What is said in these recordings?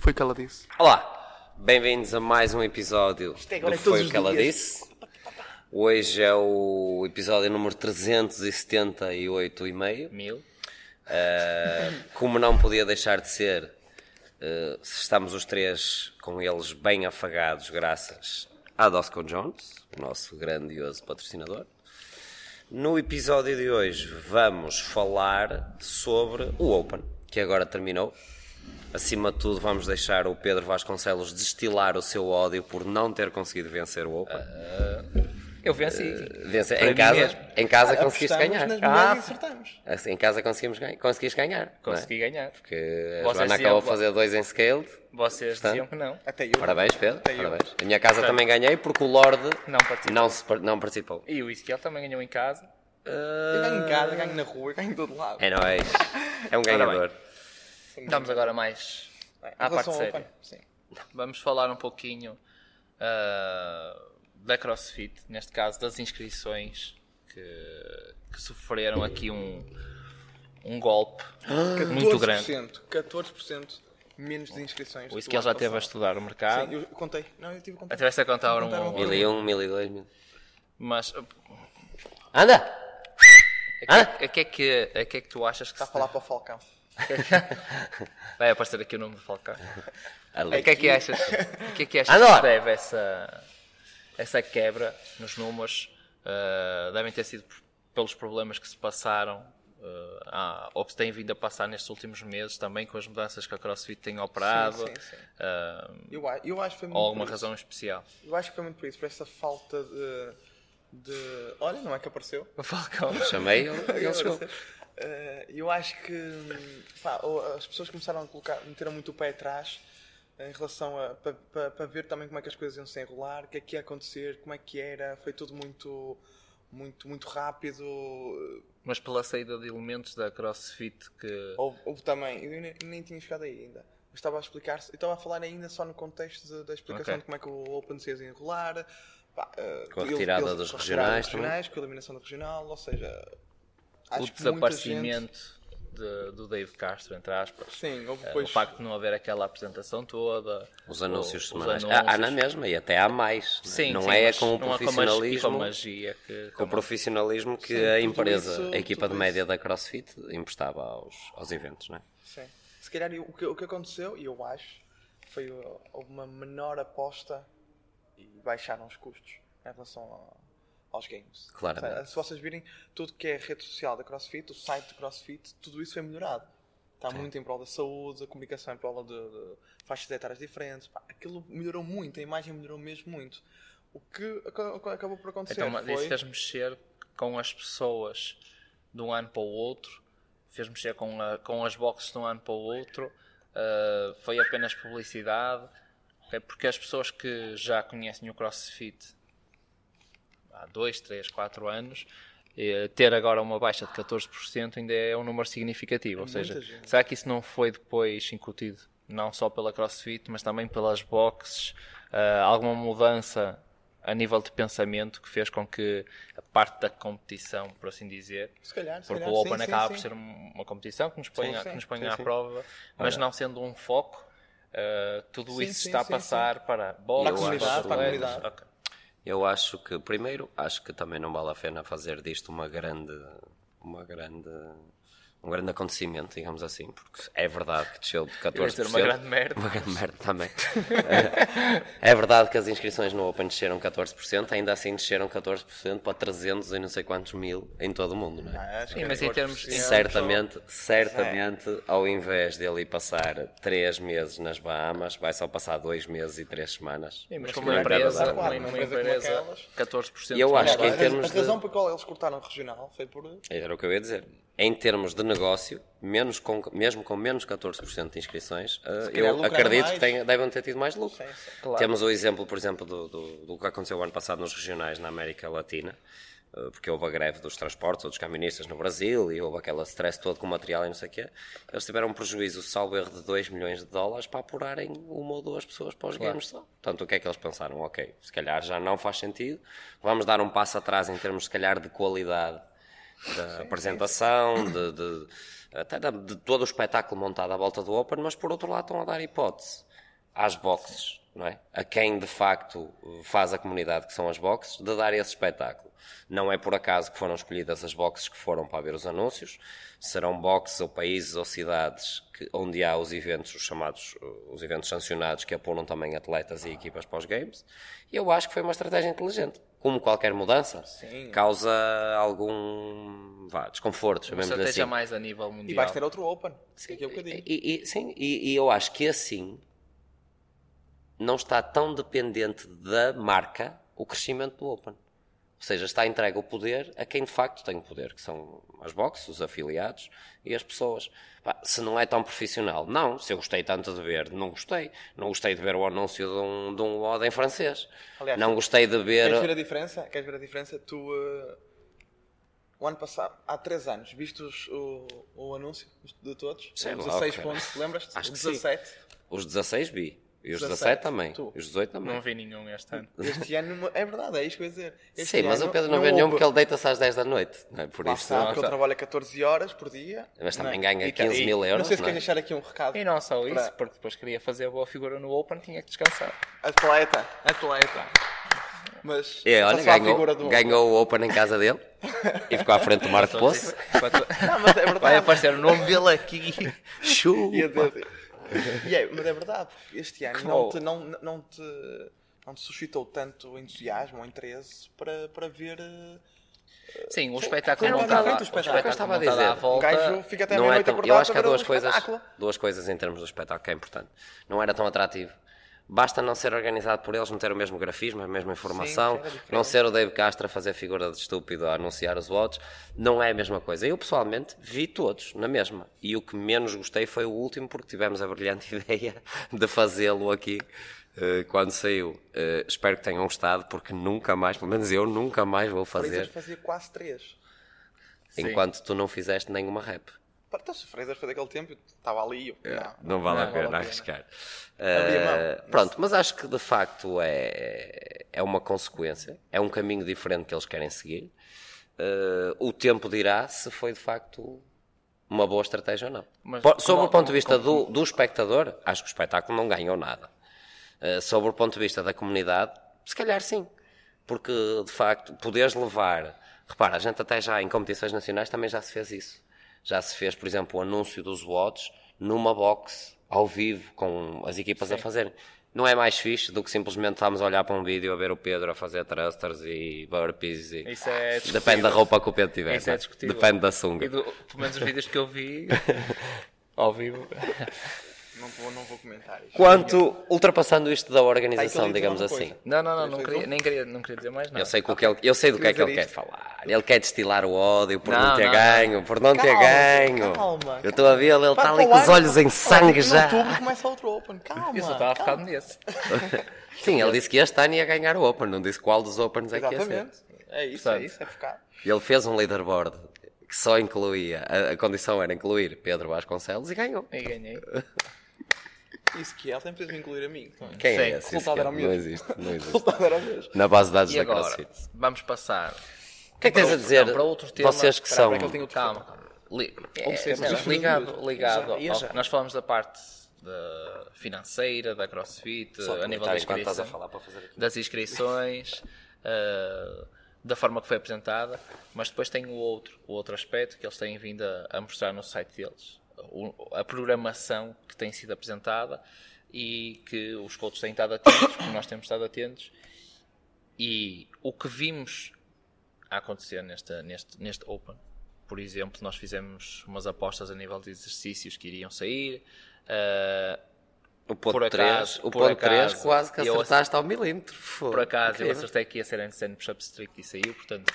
Foi o que ela disse. Olá, bem-vindos a mais um episódio agora do é todos Foi o os que ela dias. disse. Hoje é o episódio número 378 e meio. Mil. Como não podia deixar de ser, eh, estamos os três com eles bem afagados graças à Dosco Jones, nosso grandioso patrocinador. No episódio de hoje vamos falar sobre o Open, que agora terminou. Acima de tudo, vamos deixar o Pedro Vasconcelos destilar o seu ódio por não ter conseguido vencer o Open. Eu venci. Ah, Vencer, para em, mim casa, mesmo. em casa conseguiste Apostamos ganhar. nas mulheres é. Ah, e acertamos. assim, em casa conseguimos ganhar. Conseguiste ganhar. não é? Consegui ganhar. Porque a Vocês Joana diziam- acabou de fazer dois em scaled. Vocês Está? diziam que não. Até eu. Parabéns, Pedro. Até eu. Parabéns. A minha casa também ganhei porque o Lorde Não participou. não, se par- não participou. E o Ezequiel também ganhou em casa. Eu ganho em casa, ganho na rua, ganho de todo lado. É nóis. É um ganhador. Vamos agora mais à Em parte relação ao séria. Open, sim. Vamos falar um pouquinho ah, da CrossFit, neste caso das inscrições que, que sofreram aqui um, um golpe Ah, muito grande. 14% menos de inscrições. O Ezequiel já esteve a estudar o mercado. Sim, eu contei. Não, eu tive a contar. Ativeste a contar um, um, Contaram Mil e um, mil e dois, mil. mas ah, Anda! a que, a que é que, a que é que tu achas que está Está a falar para o Falcão. Vai aparecer aqui o nome do Falcão. Ali. O que é que achas? O que é que achas Andor. que deve essa, essa quebra nos números? Uh, devem ter sido por- pelos problemas que se passaram uh, ah, ou que se têm vindo a passar nestes últimos meses também com as mudanças que a CrossFit tem operado. Sim, sim, sim. uh, Eu, a- eu acho que foi muito ou Ah, alguma por isso. razão especial. Eu acho que foi muito por isso, por essa falta de. de... Olha, não é que apareceu. O Falcão. Chamei ele ele chegou. Eh, eu acho que hum, pá, o- as pessoas começaram a colocar, meteram muito o pé atrás em relação a. para ver também como é que as coisas iam se enrolar, o que é que ia acontecer, como é que era. Foi tudo muito. muito, muito rápido. Eh, Mas pela saída de elementos da CrossFit que. Houve, houve também. Eu nem, nem tinha chegado aí ainda. Eu estava a explicar. Eu estava a falar ainda só no contexto de- da explicação Ok. de como é que o Open se ia enrolar. pá, eh, Com a eles- retirada eles- dos com a retirada regionais dos também. regionais, com a eliminação do regional, ou seja. o acho que muita gente- desaparecimento de- do Dave Castro, entre aspas. Sim, houve Eh, depois. O facto de não haver aquela apresentação toda. Os anúncios o- os semanais. anúncios. Ah, há na mesma e até há mais. né? Sim, não sim, é mas com o não há magi- profissionalismo. Com a magia que. Com o profissionalismo que Sim, a tudo empresa, isso- a equipa tudo de média da CrossFit, emprestava aos, aos eventos, não é? Sim. Se calhar o que, o que aconteceu, e eu acho, foi uh, houve uma menor aposta e baixaram os custos em relação ao- aos games. Claramente. Ou seja, Se vocês virem tudo que é rede social da CrossFit, o site do CrossFit, tudo isso foi melhorado. Está muito em prol da saúde, a comunicação em prol de, de faixas etárias diferentes. Pá, aquilo melhorou muito, a imagem melhorou mesmo muito. O que aca- acabou por acontecer Então, mas é, foi... isso fez mexer com as pessoas de um ano para o outro, fez mexer com, a- com as boxes de um ano para o outro, ah, foi apenas publicidade, ok? porque as pessoas que já conhecem o CrossFit há 2, 3, 4 anos, eh, ter agora uma baixa de 14% ainda é um número significativo. Ou seja, É muita gente. será que isso não foi depois incutido não só pela CrossFit, mas também pelas boxes? ah, alguma mudança a nível de pensamento que fez com que a parte da competição, por assim dizer, Se calhar, se porque calhar, o Open sim, sim, acaba sim. por ser um- uma competição que nos põe, Sim, a- sim, que nos põe sim, à sim. prova, mas não sendo um foco, ah, tudo Sim, isso sim, está a sim, passar para boxes, comunidade, para a atletas, comunidade. ok. Eu acho que, primeiro, acho que também não vale a pena fazer disto uma grande, uma grande, um grande acontecimento, digamos assim, porque é verdade que desceu de 14%. Eu ia dizer uma grande merda. Uma grande merda também. é verdade que as inscrições no Open desceram 14%, ainda assim desceram 14% para 300 e não sei quantos mil em todo o mundo, não é? Ah, acho que Sim, mas em termos- é certamente, certamente, ao invés dele ir passar 3 meses nas Bahamas, vai só passar 2 meses e 3 semanas. Sim, mas Acho como que uma não é para empresa, dar- uma uma, uma empresa como empresa, aquelas. 14% Eu acho de que é. em Aliás, termos a de- razão pela qual eles cortaram o regional foi por. Era o que eu ia dizer. Em termos de negócio, menos com- mesmo com menos 14% de inscrições, eh, calhar eu lucraram acredito mais. que tenha- devem ter tido mais lucro. Sim, sim. Claro. Temos o exemplo, por exemplo, do, do- do que aconteceu o ano passado nos regionais na América Latina, eh, porque houve a greve dos transportes ou dos caministas no Brasil e houve aquele stress todo com o material e não sei o quê. Eles tiveram um prejuízo, salvo erro, de 2 milhões de dólares para apurarem uma ou duas pessoas para os games só. Portanto, o que é que eles pensaram? Ok, se calhar já não faz sentido, vamos dar um passo atrás em termos, se calhar, de qualidade da apresentação, de, de- até da- de todo o espetáculo montado à volta do Open, mas por outro lado estão a dar hipótese às boxes, não é? A quem de facto faz a comunidade, que são as boxes, de dar esse espetáculo. Não é por acaso que foram escolhidas as boxes que foram para ver os anúncios, serão boxes ou países ou cidades que, onde há os eventos, os chamados, uh, os eventos sancionados, que apuram também atletas e equipas para os games, e eu acho que foi uma estratégia inteligente. Como qualquer mudança, Sim. causa algum vá, desconforto, Uma chamemos estratégia assim. mais a nível E mundial. vais ter outro Open. Daqui a é um bocadinho. E, e- sim, e, e eu acho que assim não está tão dependente da marca o crescimento do Open. Ou seja, está entregue o poder a quem de facto tem o poder, que são as boxes, os afiliados e as pessoas. Pá, se não é tão profissional, não. Se eu gostei tanto de ver, não gostei. Não gostei de ver o anúncio de um, de um WOD em francês. Aliás, não gostei de ver. Queres ver a diferença? Queres ver a diferença? Tu, eh, o ano passado, há 3 anos, viste os- o, o anúncio de todos? Sei lá, 16 cara. pontos, lembras-te? Acho O que sim. 17. Os 16 bi. E os 17, 17 também. tu. E os 18 também. Não vi nenhum este ano. Este ano, é verdade, é isto que eu ia dizer. Este Sim, mas ano o Pedro não vê nenhum houve- porque ele deita-se às 10 da noite. Não é? Por Lá isso. está, porque não- ele trabalha 14 horas por dia. Mas Não. também ganha E tá- 15 mil e euros, Não sei se não é? queres deixar aqui um recado. E não só Pra- isso, porque depois queria fazer boa figura no Open, tinha que descansar. Atleta, atleta. Mas É, olha, passou à ganhou, figura do- ganhou o Open em casa dele e ficou à frente do Marco Poço. Não, mas Vai é verdade. aparecer o nome dele aqui. E a Chupa! dizer- E é, mas é verdade, este ano não te, não, não, te, não te suscitou tanto entusiasmo ou interesse para, para ver. eh, Sim, o espetáculo Sim, não estava. O mas é diferente o espetáculo. espetáculo Estava a não estava à dizer. Um volta. gajo fica até à Não é meia-noite tão, acordado eu acho que para há ver duas um coisas, espetáculo. duas coisas em termos do espetáculo que é importante. Não era tão atrativo. Basta não ser organizado por eles, não ter o mesmo grafismo, a mesma informação, era diferente. não ser o Dave Castro a fazer figura de estúpido a anunciar os votos, não é a mesma coisa. Eu pessoalmente vi todos na mesma. E o que menos gostei foi o último, porque tivemos a brilhante ideia de fazê-lo aqui eh, quando saiu. Eh, espero que tenham gostado, porque nunca mais, pelo menos eu nunca mais vou Fraser fazer, fazia quase 3. Sim. enquanto tu não fizeste nenhuma rap. Para então, se o Fraser foi daquele tempo, eu estava ali. Eu, não. Não vale a Não pena vale a pena. arriscar. Abrir mão. É. Eh, pronto, mas acho que de facto é, é uma consequência, é um caminho diferente que eles querem seguir. Eh, o tempo dirá se foi de facto uma boa estratégia ou não. Mas Po- como- sobre o ponto de como- vista do, do espectador, acho que o espetáculo não ganhou nada. Eh, sobre o ponto de vista da comunidade, se calhar sim. Porque de facto, poderes levar. Repara, a gente até já em competições nacionais também já se fez isso. Já se fez, por exemplo, o anúncio dos WODs numa box, ao vivo, com as equipas a fazerem. Não é mais fixe do que simplesmente estarmos a olhar para um vídeo a ver o Pedro a fazer thrusters e burpees e. Isso é discutível. Depende da roupa que o Pedro tiver. Isso é não discutível. Depende da E sunga. do- pelo menos os vídeos que eu vi ao vivo. Não, vou, não vou comentar isto. Quanto ultrapassando isto da Está Tá, então organização, aí que ele diz digamos alguma assim. coisa. Não, não, não, não Fez queria, um? nem queria, não queria dizer mais nada. Eu sei, que o que ele- eu sei do que é que ele Queria quer dizer falar. Ele quer destilar o ódio por não, Não, ter não, ganho, por não ter Calma, ganho. calma. Eu estou a vê-lo, ele está Para tá ali o com os ano, olhos em olha, sangue em já. outubro começa outro Open, calma. Eu só estava calma. focado nesse. Sim, ele disse que este ano ia ganhar o Open, não disse qual dos Opens é que ia ser. Exatamente. É isso, Portanto. é isso, é focado. Ele fez um leaderboard que só incluía, a, a condição era incluir Pedro Vasconcelos e ganhou. E ganhei. Isso que é, ele tem que incluir a mim. também. Quem é Sim, esse? o resultado Esse era cara? Não o mesmo. existe, não O existe. resultado era o mesmo. Na base de dados E da agora, CrossFit. vamos passar. O que é que tens a outro- dizer? não, para outro tema. Vocês que Espera, são. espera que ele tem outro Calma. foco. Li- Ou seja, é, mas- ligado, ligado. Já, ia ao- já. nós falamos da parte da financeira, da crossfit, Só a nível da comentar enquanto estás a inscrição, falar para fazer aqui. das inscrições, eh, da forma que foi apresentada, mas depois tem o outro, o outro aspecto que eles têm vindo a, a mostrar no site deles. O- a programação que tem sido apresentada e que os coaches têm estado atentos, que nós temos estado atentos, e o que vimos a acontecer neste, neste, neste Open. Por exemplo, nós fizemos umas apostas a nível de exercícios que iriam sair. ah, O ponto Por acaso, 3, o por ponto 3 acaso, quase que eu ac- acertaste ao milímetro. Fogo. por acaso, Incrível. eu acertei que ia ser handstand push-up strict e saiu. Portanto,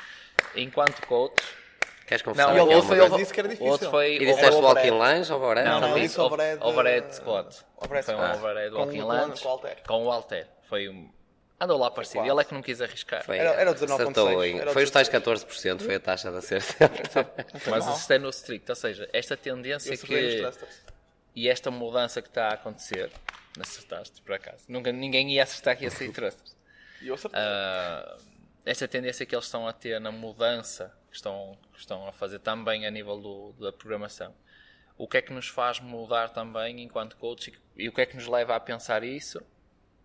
enquanto coach... Queres confessar? ele- aqui ele alguma foi- coisa? ele disse que era difícil. O outro foi... E disseste overhead. walking lunge ou varanda? Não, Não, não, ele também? disse overhead, overhead, overhead eh, squat. overhead foi um squat. overhead Com- walking com- lunge. com o halter. Com o halter. Foi um... Andou lá parecido. Ele é que não quis arriscar. Foi, Era- era o 19,6, acertou em- era o Foi os tais 19,6. 14%, foi a taxa de acerto. Mas acertei no strict. Ou seja, esta tendência é Eu acertei os que... thrusters. E esta mudança que está a acontecer, acertaste por acaso, nunca ninguém ia acertar que ia sair thrusters. E eu acertei. Ah, esta tendência que eles estão a ter na mudança que estão, que estão a fazer também a nível do- da programação, o que é que nos faz mudar também enquanto coach e, e o que é que nos leva a pensar isso,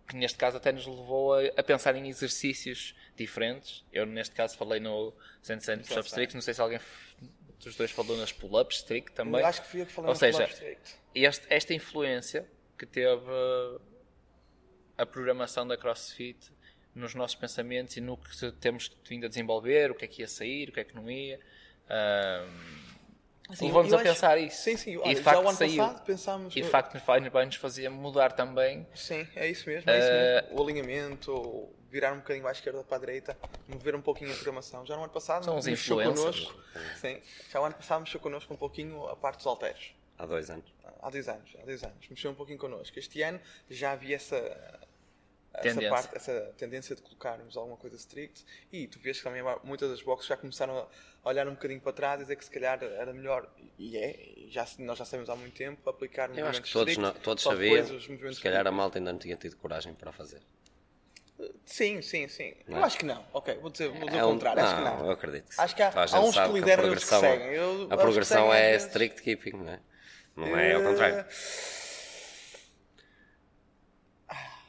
que neste caso até nos levou a, a pensar em exercícios diferentes. Eu neste caso falei no 100% Sim, push-up sim. strict, não sei se alguém f- dos dois falou nas pull-up strict também. Eu acho que fui eu que falei um Ou no seja, Club District. Este- esta influência que teve uh, a programação da CrossFit nos nossos pensamentos e no que temos vindo a desenvolver, o que é que ia sair, o que é que não ia. Uh, Assim, Levou-nos eu a acho- pensar isso. Sim, sim. E Olha, de já facto o ano saiu. passado pensámos. E de facto nos vai, vai nos fazer mudar também. Sim, é isso mesmo. É isso Eh, mesmo. O alinhamento, virar um bocadinho à esquerda para a direita, mover um pouquinho a programação. Já no ano passado São os mexeu influencers. connosco. Sim, já no ano passado mexeu connosco um pouquinho a parte dos halteres. Há dois anos. Há dois anos, há dois anos. Mexeu um pouquinho connosco. Este ano já havia essa. Tendência. Essa, parte, essa tendência de colocarmos alguma coisa strict e tu vês que também muitas das boxes já começaram a olhar um bocadinho para trás e dizer que se calhar era melhor e é, e já, se- nós já sabemos há muito tempo aplicar Eu acho movimentos que todos, strict, não- todos só sabiam. depois os movimentos Se calhar a malta ainda não tinha tido coragem para fazer. Sim, sim, sim. Não é? Eu acho que não. Ok, vou dizer, vou dizer É o um- contrário. acho que não. eu acredito. sim. Acho que há- Toda a há gente uns que sabe a lideram e outros que progressão- seguem. Eu- acho a que progressão seguem às é vezes. strict keeping, não é? Não é ao Eh, contrário.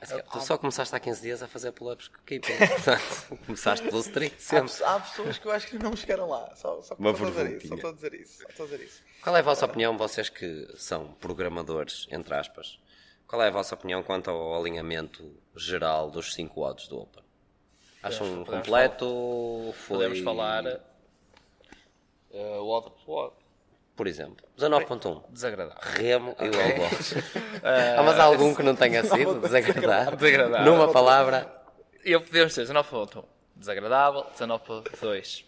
Assim, tu um- só começaste há 15 dias a fazer pull-ups com keeping. Portanto, começaste pelo strict Há, sempre. pe- há pessoas que eu acho que não chegaram lá. Só, só, só, Uma estou a dizer isso, vergonhinha. só estou a dizer isso. Só estou a dizer isso. Qual é a vossa opinião, vocês que são programadores, entre aspas, qual é a vossa opinião quanto ao alinhamento geral dos 5 odds do Open? Acham Podemos- podemos completo? Foi... Podemos falar. eh, Uh, o odd- o odd- Por exemplo, 19.1. desagradável. Remo e Lobos. Há mas há algum que Ah, não tenha sido desagradável? Desagradável. Numa palavra, Eu podemos ter 19.1 desagradável, 19.2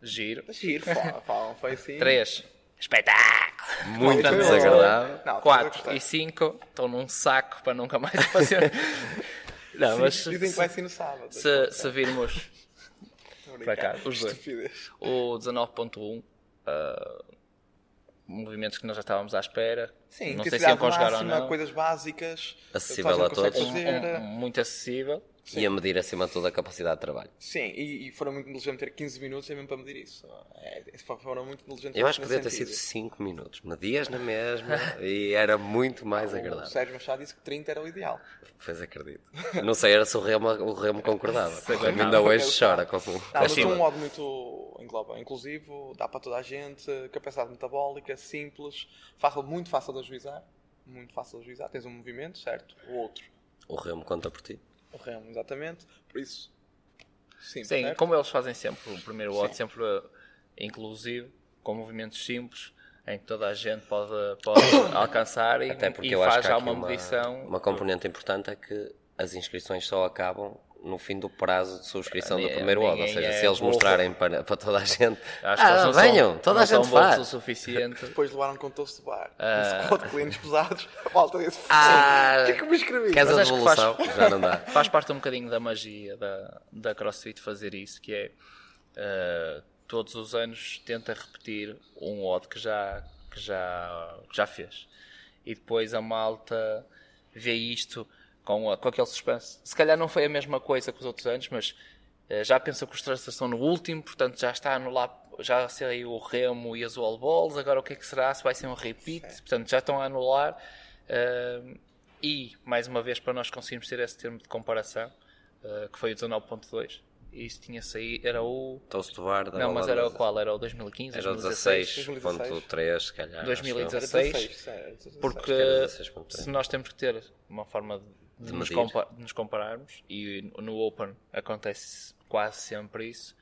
giro, Mas giro, fala, fala, foi assim. 3 espetáculo, muito Foi bom. desagradável. Não, 4 foi- e 5 estão num saco para nunca mais fazer. Não, mas se, Dizem que vai ser no sábado. se, se virmos Estou a para cá, brincar. os dois. Estupidez. o 19.1 ah, movimentos que nós já estávamos à espera Sim, não sei tipo, se intensidade iam conjugar ou máxima, não coisas básicas. Acessível toda a gente consegue todos. fazer. Um- um- muito acessível E a medir acima de tudo a capacidade de trabalho. Sim, e, e foram muito inteligentes ter 15 minutos é mesmo para medir isso. É, foram muito inteligentes Eu acho que nesse podia ter sentido. sido 5 minutos. Medias na mesma e era muito mais O agradável. Sérgio Machado disse que 30 era o ideal. Pois acredito. Não sei, era se o Remo, o Remo concordava. O Remo ainda concordava. hoje chora com o Não, mas é acima. um modo muito engloba, inclusivo, dá para toda a gente, capacidade metabólica, simples, fácil, muito fácil de ajuizar. Muito fácil de ajuizar. Tens um movimento, certo? O outro, O Remo conta por ti. o remo, exatamente. Por isso, simples, sim certo? como eles fazem sempre o primeiro odd sempre ah, inclusivo com movimentos simples em que toda a gente pode, pode alcançar e, Até porque e eu faz acho que há já aqui uma uma, medição uma componente importante é que as inscrições só acabam no fim do prazo de subscrição do Ninguém- primeiro odd. Ou ninguém seja, é se eles burro. mostrarem para, para toda a gente, acho que ah, eles não venham, são, toda não a gente são bons o faz. suficiente Depois levaram com toast de bar, um Ah. squat de clientes pesados, malta desse O que é que eu me inscrevi? Queres a Mas acho que faz- devolução? Já não dá. faz parte um bocadinho da magia da, da CrossFit fazer isso, que é eh, todos os anos tenta repetir um odd que já, que já, que já fez. E depois a malta vê isto com, a- com aquele suspense. Se calhar não foi a mesma coisa que os outros anos, mas eh, já pensou que os trasters estão no último, portanto já está no lá, já saiu o remo e as wall balls, agora o que é que será? Se vai ser um repeat, portanto já estão a anular. Ahm, e, mais uma vez, para nós conseguirmos ter esse termo de comparação, ah, que foi o 19.2, e isso tinha saído, era o... Toast bar da Não, mas era o holandesa. qual? Era o 2015, Era o 2016? 16.3, se calhar. acho eu. 2016. certo? Porque era 16.3. se nós temos que ter uma forma de, De nos, medir. compa- de nos compararmos, e no Open acontece quase sempre isso,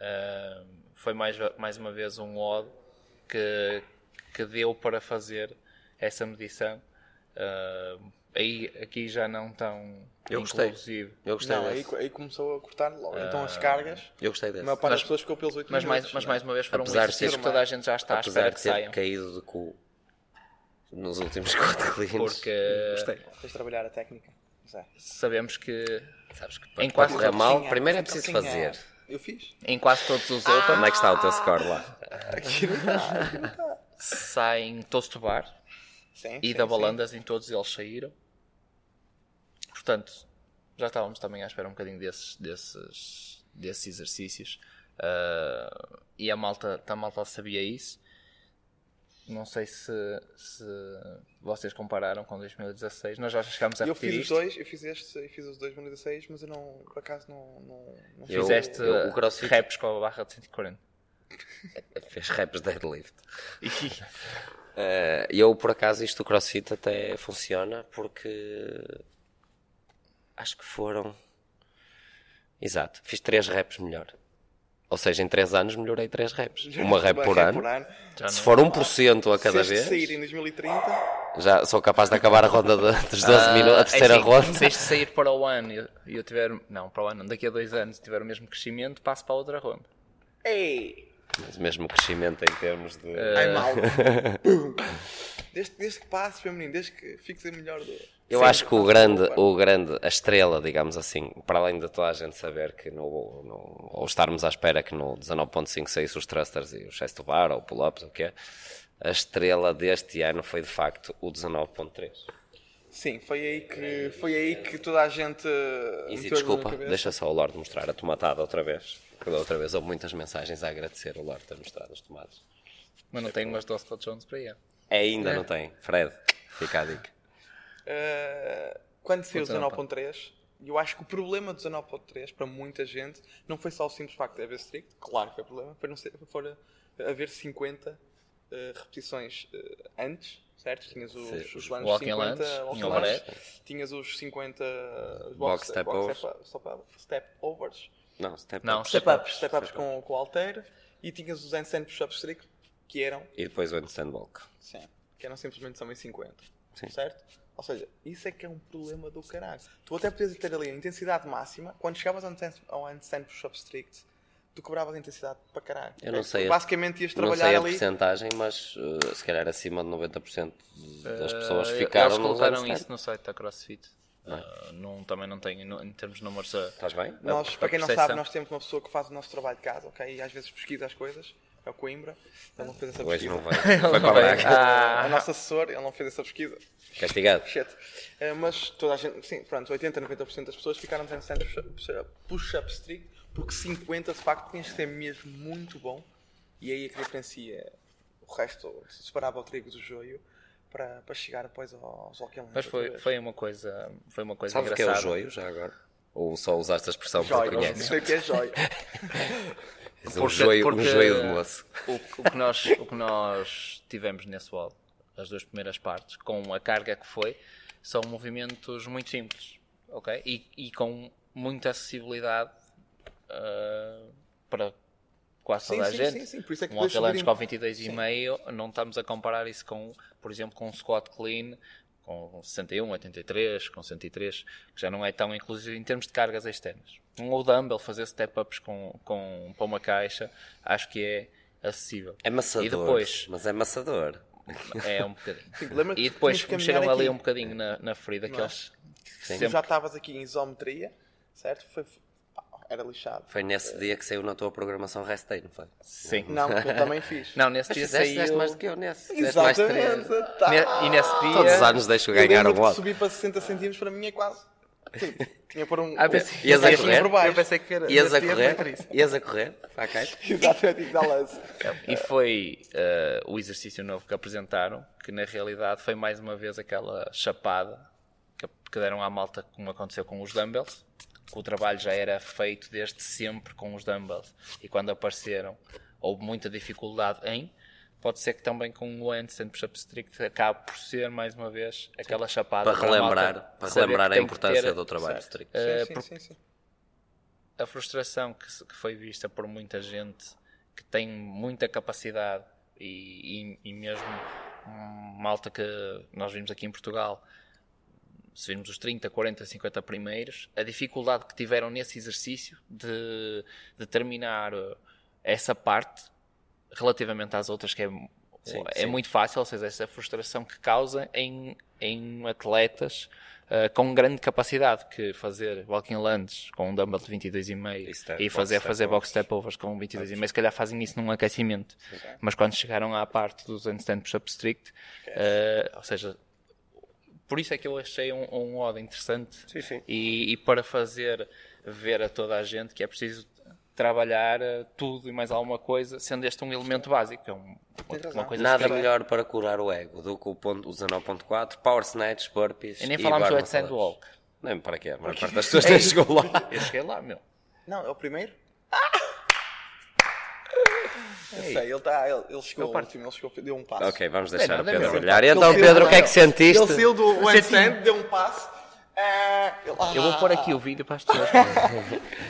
ah, foi mais, mais uma vez um odd que, que deu para fazer essa medição. Ah, aí, aqui já não tão Eu gostei. inclusivo. Eu gostei Não, aí, desse. aí começou a cortar logo. Então as cargas, Eu gostei a desse. maior parte Ah, Mas- das pessoas ficou pelos 8 Mas mais, minutos. mas não é? mais uma vez foram Apesar de exercícios ser- que toda a gente já está à Apesar espera que de ter saiam. caído de cu nos últimos quatro clientes. Porque- Gostei. Tens de trabalhar a técnica. Mas é. Sabemos que Sabes que para, Em para quatro correr todos mal, Sim, é. Ah. primeiro é Então, preciso sim, fazer. é. Eu fiz. em quase todos os Open Como é que está o teu score lá? Aqui não está. saem Toast to Bar, Sim, e sim, da sim. Balandas em todos eles saíram. Portanto, já estávamos também à espera um bocadinho desses, desses, desses exercícios. Ah, e a malta, a malta sabia isso. Não sei se, se vocês compararam com 2016. Nós já chegámos a Eu repetir fiz os isto. dois, eu fiz este e fiz os dois 2016, mas eu não, por acaso, não. não, não Eu- Fizeste eu- o crossfit- reps com a barra de 140. Fez reps deadlift. Eh, eu, por acaso, isto do crossfit até funciona porque acho que foram. Exato, fiz 3 reps melhor. Ou seja, em 3 anos melhorei 3 reps. Uma rep por ano. Já Se não- for 1% a cada Se este vez, sair em 2030, já sou capaz de acabar a ronda de- dos 12 minutos, a terceira é assim, ronda. Se este sair para o ano e eu, e eu tiver. Não, para o ano, daqui a dois anos, tiver o mesmo crescimento, passo para a outra ronda. ei! Mas mesmo crescimento em termos de. Ai mal! Eh, desde, desde que passes, meu menino, desde que fiques a melhor do. Eu Sim, acho que o passes grande, pelo ano. o grande, a estrela, digamos assim, para além de toda a gente saber que no, no- ou estarmos à espera que no 19.5 saísse os thrusters e o chest to bar ou pull-ups, o que é, a estrela deste ano foi de facto o 19.3. Sim, foi aí que, foi aí que toda a gente. uh, E se meteu a mão na desculpa, cabeça. deixa só o Lorde mostrar a tomatada outra vez, porque da outra vez houve muitas mensagens a agradecer o Lorde ter mostrado as tomadas. Mas não tenho umas 12 Scott Jones para aí. Ainda É. não tem, Fred, fica a dica. Uh, quando saiu o Putz, não, pá. 19.3, eu acho que o problema do 19.3 para muita gente não foi só o simples facto de haver strict, claro que foi problema, foi não ser, foi uh, haver 50 uh, repetições uh, antes, certo? Tinhas os, Sim, os os lances walking 50, lances, walking tinha o lances, balé. tinhas os 50 uh, Box step overs. step, step up- step overs, Não, step Não, ups. step step ups, step Step ups com, com o halter e tinhas os handstand push-ups strict que eram E depois o handstand walk. Sim. Que eram simplesmente também 50. Sim. Certo? Ou seja, isso é que é um problema do caralho. Tu até podias ter ali a intensidade máxima, quando chegavas ao handstand- ao handstand push-up strict, tu cobravas a intensidade para caralho. Eu não É, sei a- Basicamente ias Não trabalhar sei a ali. porcentagem, mas eh, se calhar acima de 90% das pessoas Eh, ficaram Eles no colocaram handstand. isso no site da CrossFit. é? Eh, não, também não tenho, não- em termos de números, ah. a- Estás bem? Nós, para quem não percepção. sabe, nós temos uma pessoa que faz o nosso trabalho de casa, ok? E às vezes pesquisa as coisas. É o Coimbra. Ele não fez essa Hoje pesquisa. não vai. Foi para é não vai. Braga. Ah, O nosso assessor, ele não fez essa pesquisa. Castigado. Shit. Eh, mas toda a gente, sim, pronto, 80, 90% das pessoas ficaram no handstand push-up push up strict, porque 50 de facto tinhas que ser mesmo muito bom. E aí é que diferencia o resto, separava o trigo do joio para, para chegar depois aos alquilantes. Mas foi, foi uma coisa, foi uma coisa Sabes o que é o engraçada. joio já agora? Ou só usaste a expressão porque joio, não conheces? sei o que é joio. És Um joio, um porque joio de moço. O, o que nós, o que nós tivemos nesse wall, as duas primeiras partes, com a carga que foi, são movimentos muito simples, ok? E, e com muita acessibilidade ah, para quase Sim, toda a sim, gente. sim, sim, por isso é que um podes Alcalantes com subir 22,5, não estamos a comparar isso com, por exemplo, com um Scott Clean, com 61, 83, com 103, que já não é tão inclusivo em termos de cargas externas. Um ou dumbbell fazer step-ups com, com, para uma caixa, acho que é acessível. É maçador. E depois, Mas é maçador. é um bocadinho. Lembra-te E que depois tinhas que caminhar mexeram ali aqui. um bocadinho na, na ferida que Não é? eles Sim. Tu sempre já estavas aqui em isometria, certo? Foi, pá, era lixado. Foi nesse dia que saiu na tua programação rest day, não foi? Sim. Não, porque eu também fiz. Não, nesse Mas dia fizeste, fizeste saiu... mais do que eu nesse. Fizeste mais Exatamente. três. tá. Ne- E nesse dia... Todos os anos deixo Eu ganhar lembro um que voto. subir para 60 centímetros para mim é quase. Tinha por um. Ah, pensei- um Ias a pezinho correr? por baixo. Eu pensei que era... Ias a nesse dia foi por correr? isso. Ias a correr? Para a caixa? Exatamente, tipo da lance. E foi eh, o exercício novo que apresentaram, que na realidade foi mais uma vez aquela chapada que, que deram à malta, como aconteceu com os dumbbells, que o trabalho já era feito desde sempre com os dumbbells. E quando apareceram, houve muita dificuldade em. Pode ser que também com o handstand push-up strict acabe por ser mais uma vez aquela chapada Para a malta relembrar, para saber relembrar que a tem que importância ter- do trabalho certo. strict. Eh, sim, por- sim, sim, sim. a frustração que, se- que foi vista por muita gente que tem muita capacidade e, e- e mesmo hum, malta que nós vimos aqui em Portugal, se virmos os 30, 40, 50 primeiros, a dificuldade que tiveram nesse exercício de, de terminar eh, essa parte relativamente às outras que é, Sim, é sim. muito fácil, ou seja, essa frustração que causa em, em atletas eh, com grande capacidade, que fazer walking lunges com um dumbbell de 22,5 E step- e box fazer, step fazer overs. box step overs com 22,5, se calhar fazem isso num aquecimento. Mas quando chegaram à parte dos handstand push-up strict, eh, ou seja, por isso é que eu achei um, um odd interessante Sim, sim. e, e para fazer ver a toda a gente que é preciso trabalhar eh, tudo e mais alguma coisa, sendo este um elemento básico, é um, Uma, Tens uma razão. coisa Nada fixe. melhor para curar o ego do que o, ponto, o 19.4, power snatch, burpees E nem falámos do barbell headstand curls. walk. Nem para quê, a maior parte das pessoas É nem chegou lá. Eu cheguei lá, meu. Não, é o primeiro? Ah! Eu sei, ele, tá, ele, ele chegou ao último, ele chegou, deu um passo. ok, vamos deixar não, o não é Pedro mesmo. olhar. Ele Então, saiu- Pedro, o que é que Ele sentiste? saiu do handstand, deu um passo. Ah, ele- ah, Eu vou pôr aqui o vídeo para as pessoas.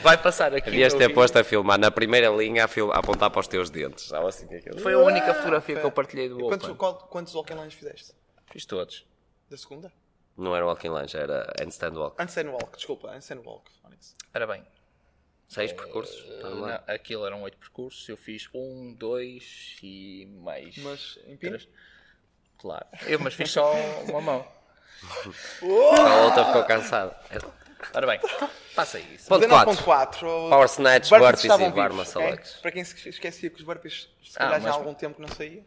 Vai passar aqui. Devias o ter vídeo. posto a filmar na primeira linha a, fil- a apontar para os teus dentes. Algo assim que é aquilo. Foi a única fotografia que eu partilhei do E Quantos, Open. qual- quantos walk lines fizeste? Fiz todos. Da segunda? Não era walking lunge, era handstand walk. Handstand walk, desculpa, handstand walk. Onyx. Ora bem, Seis percursos? Eh, Tá Vamos lá. na- aquilo eram oito percursos. Eu fiz um, dois e mais. Mas em pino? três. Claro. Eu, mas fiz só uma mão. A outra ficou cansada. Ora bem, passa isso. Ponto 4. 19.4. Power snatch, burpees e estavam bar vivos, muscle ok? ups. Para quem se esquecia que os burpees se Ah, calhar já mas- há algum tempo que não saía.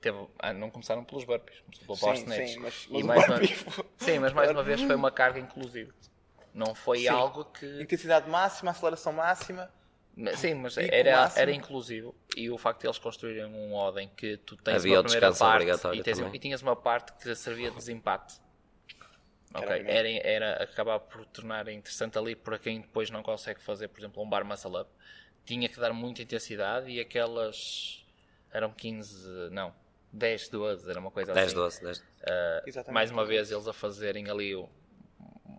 Teve- ah, não começaram pelos burpees, começou pelo power Sim, snatch. sim, mas- E mas o mais uma- burpee- Sim, mas mais uma vez foi uma carga inclusiva. Não foi Sim. algo que. Intensidade máxima, aceleração máxima. Mas, Sim, mas Pico era, máximo. era inclusivo. E o facto de eles construírem um ordem que tu tens Havia uma o primeira descanso parte obrigatório e, tens- também. e tinhas uma parte que servia de desempate. Ok, Caralho. era, era acabar por tornar interessante ali para quem depois não consegue fazer, por exemplo, um bar muscle up. Tinha que dar muita intensidade e aquelas eram 15, não, 10, 12, era uma coisa 10, assim. 12, 10. Exatamente. Ah, mais uma vez eles a fazerem ali o-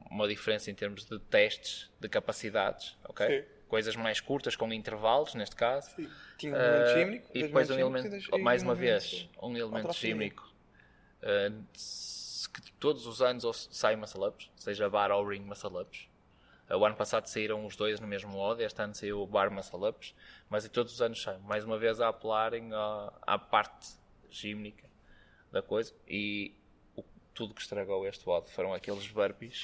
uma diferença em termos de testes de capacidades, ok? Sim. Coisas mais curtas com intervalos neste caso. Sim. Tinha um elemento Ah, gímnico. e dois depois um elementos elemento, gímnicos e dois- mais e uma um vez, elemento- um elemento Atrofia. gímnico ah, se- que todos os anos ou se- sai muscle ups, seja bar ou ring muscle ups. Ah, O ano passado saíram os dois no mesmo lote, este ano saiu o bar muscle ups, mas em todos os anos sai. Mais uma vez a apelarem à, à parte gímnica da coisa e o- tudo que estragou este odd foram aqueles burpees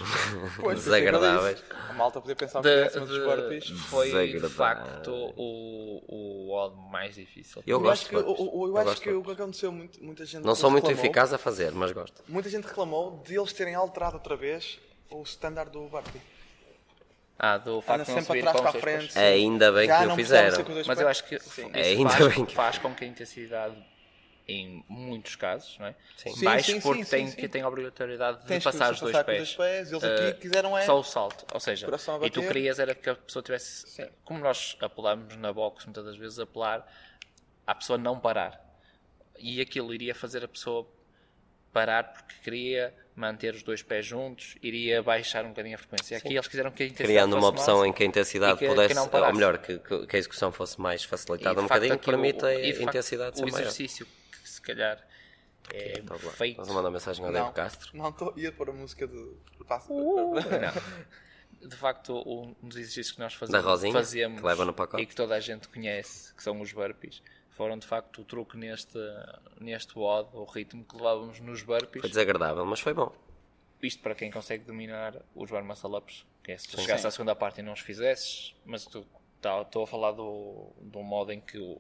Pois, Desagradáveis. isso é que eu disse. A malta podia pensar que de, era cima dos de- burpees. foi de Desagradável. facto o, o odd mais difícil. Eu Eu acho gosto que, de burpees. o- o- eu Eu acho gosto de que o que burpees. aconteceu, muito, muita gente. Não sou muito reclamou- eficaz a fazer, mas gosto. Muita gente reclamou de eles terem alterado outra vez o standard do burpee. Ah, do Anda facto de não sempre subir atrás com para os a dois frente. Ainda bem Já que o não precisava fizeram. ser com os pés. dois Mas eu pés. acho que é Sim. isso É Ainda faz, bem que- faz com que a intensidade, em muitos casos, não é? Sim, baixe sim, porque sim, tem, sim, que sim. tem a obrigatoriedade de Tens que passar os passar dois com pés. os dois pés, eles aqui Eh, quiseram é- Só o salto, ou seja, Coração a e tu bater. querias era que a pessoa tivesse. Sim. Como nós apelamos na box, muitas das vezes, apelar à pessoa não parar. E aquilo iria fazer a pessoa parar porque queria manter os dois pés juntos, iria baixar um bocadinho a frequência. Aqui eles quiseram que a intensidade Criando uma fosse opção máxima. em que a intensidade e que- que pudesse, não ou parasse. melhor, que, que- que a execução fosse mais E, facilitada de um facto, bocadinho, que aquilo- permite a e, de facto, intensidade O ser maior. exercício que se calhar é Então, vá. feito. Vamos mandar mensagem ao Diego Castro. não estou. Ia pôr a música de. do passo. Uh, Não. De facto, um dos exercícios que nós Da fazemos, Rosinha, fazemos que leva no pacote. e que toda a gente conhece, que são os burpees, foram de facto o truque neste, neste WOD, o ritmo que levávamos nos burpees. Foi desagradável, mas foi bom. Isto para quem consegue dominar os bar muscle ups, que é se tu chegasses à segunda parte e não os fizesses, mas tu tá, estou a falar do, do modo em que o-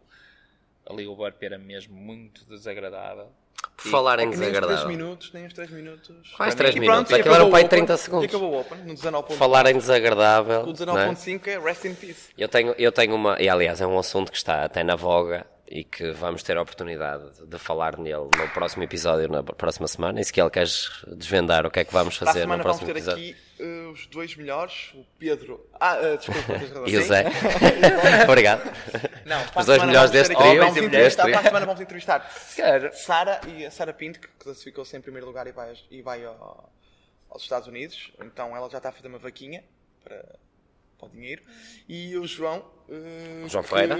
ali o burpee era mesmo muito desagradável. Por falar em é Nem os 3 desagradável. minutos, nem os 3 minutos. Quais E 3 pronto, minutos? e Aquilo era acabou um pai o de Open, 30 E segundos. acabou o Open, no 19.5. Por falar em desagradável. O não é? 19.5 é Rest in Peace. Eu tenho, eu tenho uma, e aliás é um assunto que está até na voga e que vamos ter a oportunidade de falar nele no próximo episódio, na próxima semana. E se ele queres desvendar o que é que vamos Para a fazer no semana vamos próximo ter episódio? aqui eh, os dois melhores, o Pedro. Ah, eh, desculpa, tens razão. E o Sim. Zé? Obrigado. Não, para a Os dois semana melhores vamos ter deste aqui- trio, vamos deste entrevistar- trio. Para a semana vamos entrevistar Cara, Sara e a Sara Pinto, que classificou-se em primeiro lugar e vai, e vai ao- aos Estados Unidos. Então ela já está a fazer uma vaquinha para, para o dinheiro. E o João. eh, João que- Ferreira.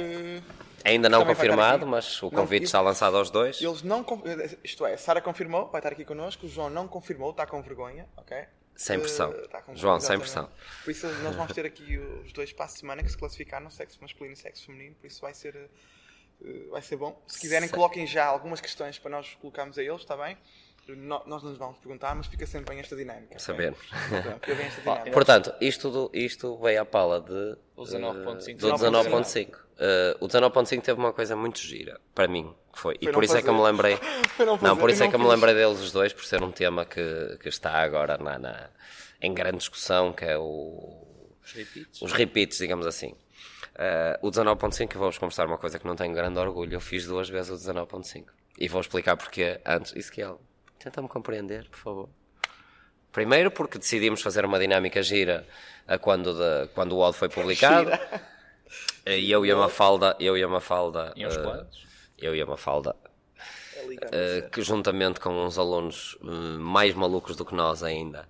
Ainda não Também vai estar confirmado, aqui. mas o Não, convite e- está lançado aos dois. Eles não. con- Isto é, Sara confirmou, vai estar aqui connosco. O João não confirmou, está com vergonha, ok? Sem Eh, pressão. está com- João, sem pressão. exatamente. Por isso, nós vamos ter aqui os dois passos de semana que se classificaram sexo masculino e sexo feminino. Por isso, vai ser, eh, eh, vai ser bom. Se quiserem, Sei. coloquem já algumas questões para nós colocarmos a eles, está bem? No- nós não nos vamos perguntar, mas fica sempre bem esta dinâmica. ok? Saber. Pronto, Fica bem esta dinâmica. Portanto, isto, do- isto veio à pala de, O 19.5. eh, do 19.5. Eh, o 19.5 teve uma coisa muito gira, para mim, que foi. E Foi por não isso é que eu me fazer. lembrei. Foi não Não, fazer, por isso eu é que eu me fiz. lembrei deles os dois, por ser um tema que, que está agora na, na- em grande discussão, que é o, os repeats. os repeats, digamos assim. Eh, o 19.5, vou-vos confessar uma coisa que não tenho grande orgulho. Eu fiz duas vezes o 19.5. E vou explicar porquê antes. Ezequiel, tenta-me compreender, por favor. Primeiro porque decidimos fazer uma dinâmica gira a quando, de- quando o áudio foi publicado. Eh, E eu e a Mafalda, eu e a Mafalda, E um uns eh, quantos? eu e a Mafalda, É liga. eh, que juntamente com uns alunos eh, mais malucos do que nós ainda,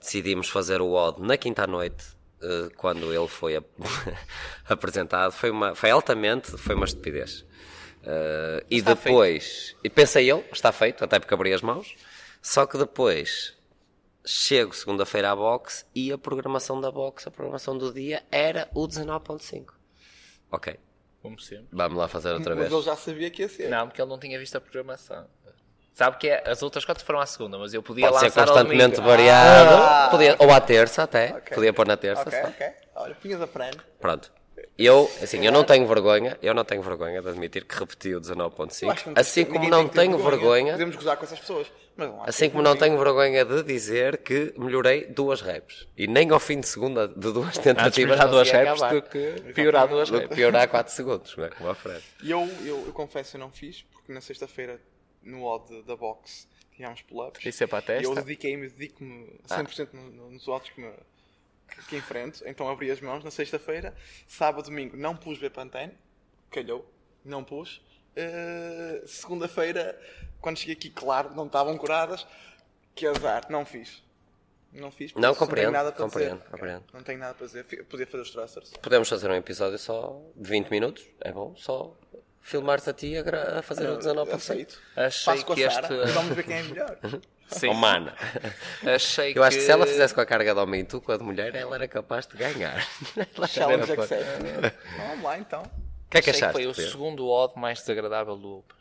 decidimos fazer o odd na quinta à noite, eh, quando ele foi ap- apresentado. Foi, uma, foi altamente, foi uma estupidez. Eh, e Está depois, e pensei eu, está feito, até porque abri as mãos, só que depois chego segunda-feira à box e a programação da box, a programação do dia era o 19.5. Ok, Como sempre. vamos lá fazer outra Mas vez. ele já sabia que ia ser. Não, porque ele não tinha visto a programação. Sabe que é, as outras quatro foram à segunda, mas eu podia Pode ser lançar ao domingo. constantemente variado. Ah! Podia- ou à terça até. Ok. Podia pôr na terça. Ok, só. ok. Olha, punhas a frente. Pronto. Eu, assim, eu não tenho vergonha, eu não tenho vergonha de admitir que repeti o 19.5, assim como não tenho vergonha, Podemos gozar com essas pessoas. Mas não há assim que- como não tenho vergonha de dizer que melhorei duas reps. E nem ao fim de segunda de duas Antes tentativas melhorar Ah, duas consegui reps acabar. do que piorar duas Do que reps. piorar 4 segundos, né? Como à frente. E eu, eu, eu confesso, eu não fiz, porque na sexta-feira, no odd da box, tínhamos pull-ups. Isso é para a E eu testa. Ah. dediquei-me, dedico-me 100% no- no- nos odds que, me, que- que enfrento. Então abri as mãos na sexta-feira, sábado, domingo, não pus ver Pantene, calhou, não pus. Eh, Segunda-feira, quando cheguei aqui, claro, não estavam curadas, que azar, não fiz. Não fiz, por Não, isso compreendo, tenho nada para compreendo, dizer. compreendo. Não tenho nada para dizer, Fi- podia fazer os thrusters. Podemos fazer um episódio só de 20 minutos, é bom, só filmar-te a ti a, gra- a fazer o 19.5. Aceito. Achei Passo com a que Sara, este- vamos ver quem é melhor. Sim. Oh, mana. Achei Eu acho que se ela fizesse com a carga de homem e tu com a de mulher, ela era capaz de ganhar. Ela- Challenge Pá. é accepted. Vamos lá então. O que é que Achei que achaste? foi o Pedro? segundo odd mais desagradável do Open.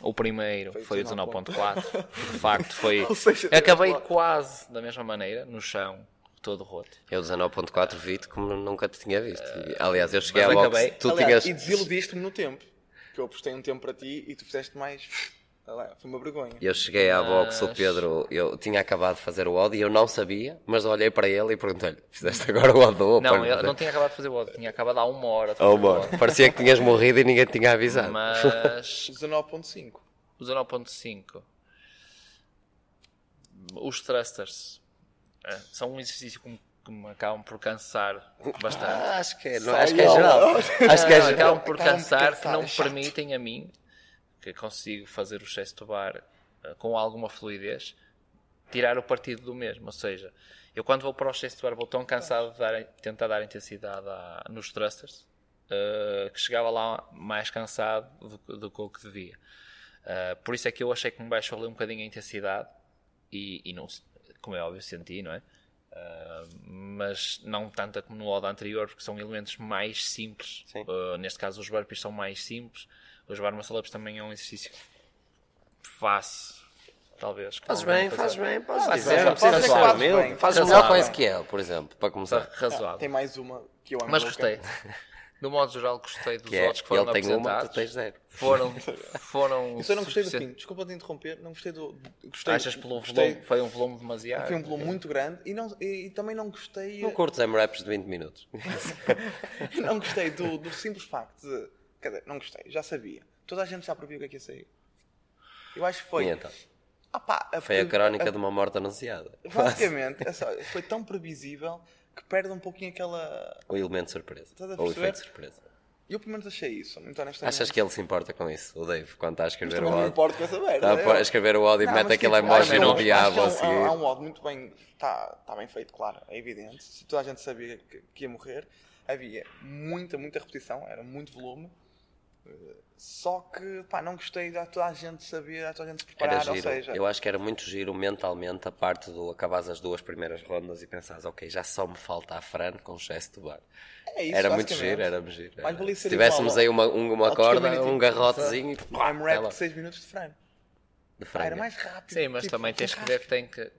O primeiro foi, Foi o 19.4. De facto, foi. Ou seja, Acabei tivemos lá. quase da mesma maneira, no chão, todo roto. Eu 19.4 vi-te como nunca te tinha visto. E, Aliás, eu cheguei à mas box, acabei. tu Aliás, tinhas... E desiludiste-me no tempo. Que eu apostei um tempo para ti e tu fizeste mais. Olha lá, Foi uma vergonha. Eu cheguei à box, o Mas- Pedro, eu tinha acabado de fazer o odd e eu não sabia, mas olhei para ele e perguntei-lhe, fizeste agora o odd do Open? Não, eu não tinha acabado de fazer o odd, tinha acabado há uma hora. de fazer Oh, o bora. odd. Parecia que tinhas morrido e ninguém te tinha avisado. Mas 19.5. o 19.5. Os thrusters eh, são um exercício que me, que me acabam por cansar bastante. Ah, acho que é, não, Sai acho que é logo. geral. Acho que é Não, acabam geral. Acabam por por cansar, cansar, que não é me chato. permitem a mim, que consigo fazer o chest to bar eh, com alguma fluidez, tirar o partido do mesmo. Ou seja, eu quando vou para o chest to bar vou tão cansado de dar- tentar dar intensidade à- nos thrusters, eh, que chegava lá mais cansado do, que- do que o que devia. Eh, por isso é que eu achei que me baixou ali um bocadinho a intensidade e, e não, se- como é óbvio, senti, não é? Ah, mas não tanta como no odd anterior, porque são elementos mais simples. Sim. Ah, neste caso, os burpees são mais simples. Os bar muscle ups também é um exercício fácil, talvez. que Fazes alguém bem, faça- fazes bem, podes Ah, dizer, fazes- não precisas fazes- ser fazes humilde. bem. Fazes Fazes melhor é bem. com a Ezequiel, por exemplo, para começar. Razoável. Tem mais uma que eu amo. Mas louca. gostei. Do modo geral, gostei dos que é, odds que ele foram tem uma, tu apresentados. tens zero. Foram, foram. Eu só não gostei do suficiente- fim. Desculpa de interromper. Não gostei do. Gostei, Achas pelo gostei, volume? Foi um volume Ah, demasiado. Foi um é. volume muito grande e, não, e, e também não gostei. eh, Não um curto Zé Raps de 20 minutos. não gostei do, do simples facto de. Quer dizer, não gostei, já sabia. Toda a gente já previu o que é que ia sair. Eu acho que foi. E então? Ah pá, Foi a crónica a- de uma morte anunciada. Basicamente, é só, foi tão previsível que perde um pouquinho aquela. O elemento de surpresa. Estás a Ou o perceber? efeito de surpresa. Eu pelo menos achei isso, muito honestamente. Achas que é ele se importa com isso, o Dave, quando está a Mas escrever o também não me áudio? importo com essa merda. né? Está a pôr- a escrever o áudio e Não, mete mas aquele tipo, acho emoji assim. do que é um- acho que diabo é um- a seguir. Há um odd muito bem. Está tá bem feito, claro, é evidente. Se toda a gente sabia que, que ia morrer, havia muita, muita repetição, era muito volume. Eh, Só que, pá, não gostei de toda a gente saber, a toda a gente se Era preparar, ou giro. seja. Eu acho que era muito giro mentalmente a parte do acabares as duas primeiras rondas e pensares, ok, já só me falta a Fran com o excesso de bar. é isso, era muito basicamente. giro, era muito giro. Mais era. valia Se ser tivéssemos igual aí uma, um- uma ao corda, Discriminative. um garrotezinho e I'm pá, um rap ela- de 6 minutos de frango. de Pá, era franga. mais rápido. Sim, mas tipo, também tens que ver que tem que. eh,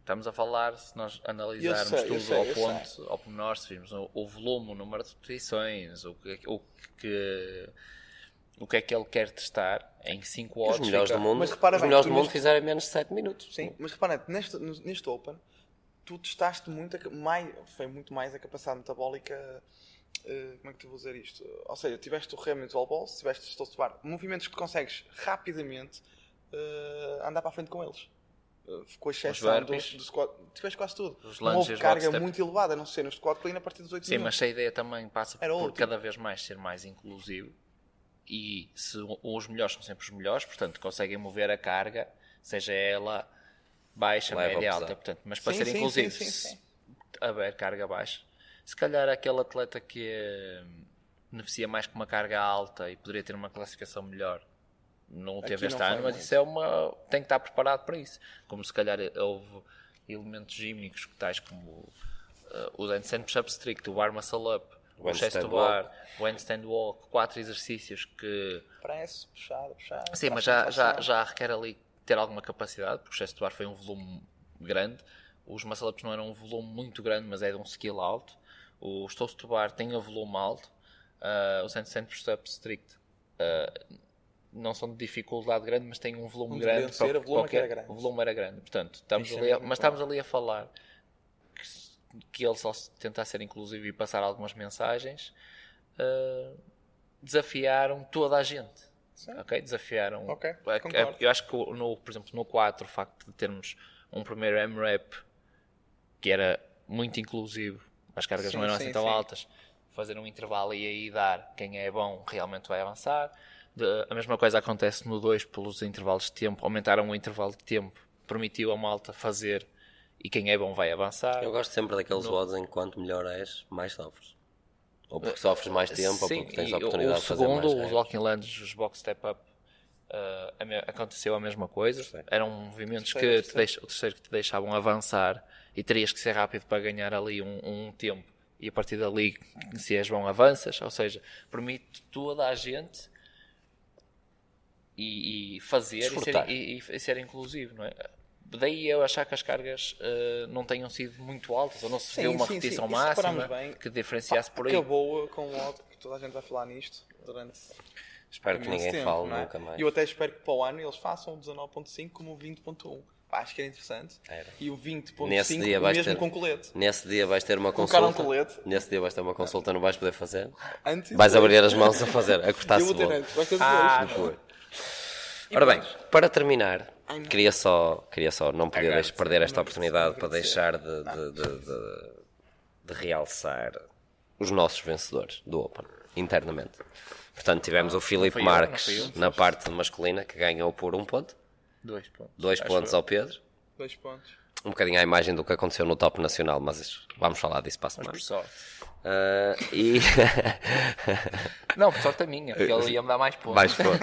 estamos a falar, se nós analisarmos Eu sei, eu tudo sei, ao eu ponto, ao pormenor, se vimos o, o volume, o número de repetições, o que, o que. O que é que ele quer testar em 5 horas? Os melhores do mundo, Mas repara os bem, melhores tu do mundo neste- fizeram menos de 7 minutos. Sim, mas repara, neste, no- neste Open, tu testaste muito, a ca- mais, foi muito mais a capacidade metabólica eh, como é que te vou dizer isto? Ou seja, tiveste o remo e o tall tiveste o stop bar, movimentos que consegues rapidamente eh, andar para a frente com eles. Eh, com exceção do, burpees. do squat, tiveste quase tudo. Os Não lunges, houve carga lockstep. muito elevada, a não ser no squat clean a partir dos 8 Sim, minutos. mas se a ideia também passa Era por ótimo. cada vez mais ser mais inclusivo e se o- os melhores são sempre os melhores, portanto conseguem mover a carga, seja ela baixa, Leva média, a alta, pesar. portanto, mas para Sim, ser sim, inclusivo, sim, sim, sim. se haver carga baixa, se calhar aquele atleta que eh, beneficia mais com uma carga alta e poderia ter uma classificação melhor. Não o teve Aqui não este foi ano, mas muito. isso é uma. tem que estar preparado para isso. Como se calhar houve elementos gímicos, tais como eh, o handstand push-up strict, o bar muscle up, O o, chest handstand to bar, o handstand walk, quatro exercícios que. Presso, puxado, puxado. Sim, mas já, já, já requer ali ter alguma capacidade, porque o chest to bar foi um volume grande. Os muscle ups não eram um volume muito grande, mas é de um skill alto. O toast to bar tem um volume alto. Ah, os handstand push-up strict ah, não são de dificuldade grande, mas têm um volume Muito grande. grande, sim, era qual- volume é que era qualquer- grande. O volume era grande. Portanto, estamos Isso é ali a- mesmo mas verdade. estamos ali a falar que, se- que ele só se tentar ser inclusivo e passar algumas mensagens, ah, desafiaram toda a gente. Sim. Ok? Desafiaram. Ok, É que- é- concordo. Eu acho que, o- no, por exemplo, no 4, o facto de termos um primeiro M-Rap que era muito inclusivo, as cargas Sim, não eram sim, assim tão sim. altas, fazer um intervalo e aí dar quem é bom realmente vai avançar. De- a mesma coisa acontece no 2 pelos intervalos de tempo, aumentaram o intervalo de tempo, permitiu a malta fazer e quem é bom vai avançar. Eu gosto sempre daqueles odds em que quanto melhor és, mais sofres. Ou porque sofres Eh, mais tempo, ou porque tens e a o- oportunidade o de fazer segundo, mais os reps. walking lunges, os box step up, ah, a me- aconteceu a mesma coisa. Terceiro. Eram movimentos Terceiro, que te deixam, o terceiro que te deixavam avançar e terias que ser rápido para ganhar ali um, um tempo. E a partir dali, se és bom, avanças. Ou seja, permite toda a gente e, e fazer e ser, Desfrutar. e- e- e ser inclusivo, não é? Daí eu achar que as cargas ah, não tenham sido muito altas, ou não se Sim, deu uma sim, sim. repetição Isso reparamos máxima bem. que diferenciasse por aí. Acabou com o ódio, que toda a gente vai falar nisto durante Espero que imenso ninguém tempo, fale não é? nunca mais. E eu até espero que para o ano eles façam o 19.5 como o 20.1. Pá, acho que era interessante. Era. E o Nesse 20.5 dia vais mesmo ter- com colete. Nesse dia vais ter uma Colocaram consulta. um colete. Nesse dia vais ter uma consulta, não vais poder fazer. Antes Vais abrir as mãos a fazer, a cortar Eu vou ter cebola. antes, vai ter Ah, depois. Foi. Ora bem, para terminar, Ai, não. queria só, queria só não podia Agradecer, deix- perder esta não, oportunidade para agradecer. deixar de, de- de- de- de realçar os nossos vencedores do Open, internamente. Portanto, tivemos o Filipe fui eu, Ah, não Marques fui eu. na parte masculina, que ganhou por um ponto, Dois pontos. dois Acho pontos eu. ao Pedro, Dois pontos. um bocadinho à imagem do que aconteceu no top nacional, mas isso- vamos falar disso para a semana. Por sorte. Ah, e... Não, por sorte a minha, porque ele ia me dar mais pontos. Eh, Mais flor.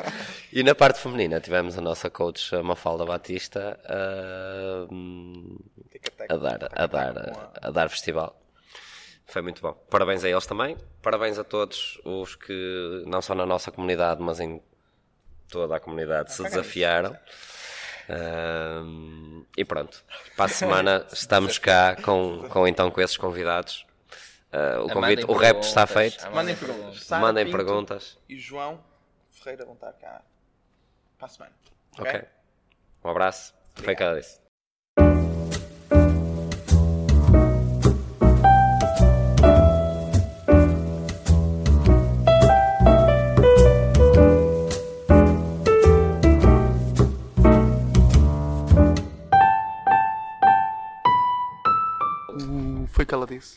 E na parte feminina tivemos a nossa coach a Mafalda Batista a, hum, Tic-tac, a dar, a dar, a dar festival. Foi muito bom. Parabéns a eles também. Parabéns a todos os que, não só na nossa comunidade, mas em toda a comunidade, se desafiaram. Hum, e pronto, para a semana estamos cá com, com então com esses convidados. Ah, o, Ah, convite, mandem o repto está perguntas. feito. Ah, Mandem perguntas. Sara Mandem Pinto perguntas. E João Ferreira vão estar cá para a semana. Ok. Um abraço. Foi cada disso. Foi o que ela disse.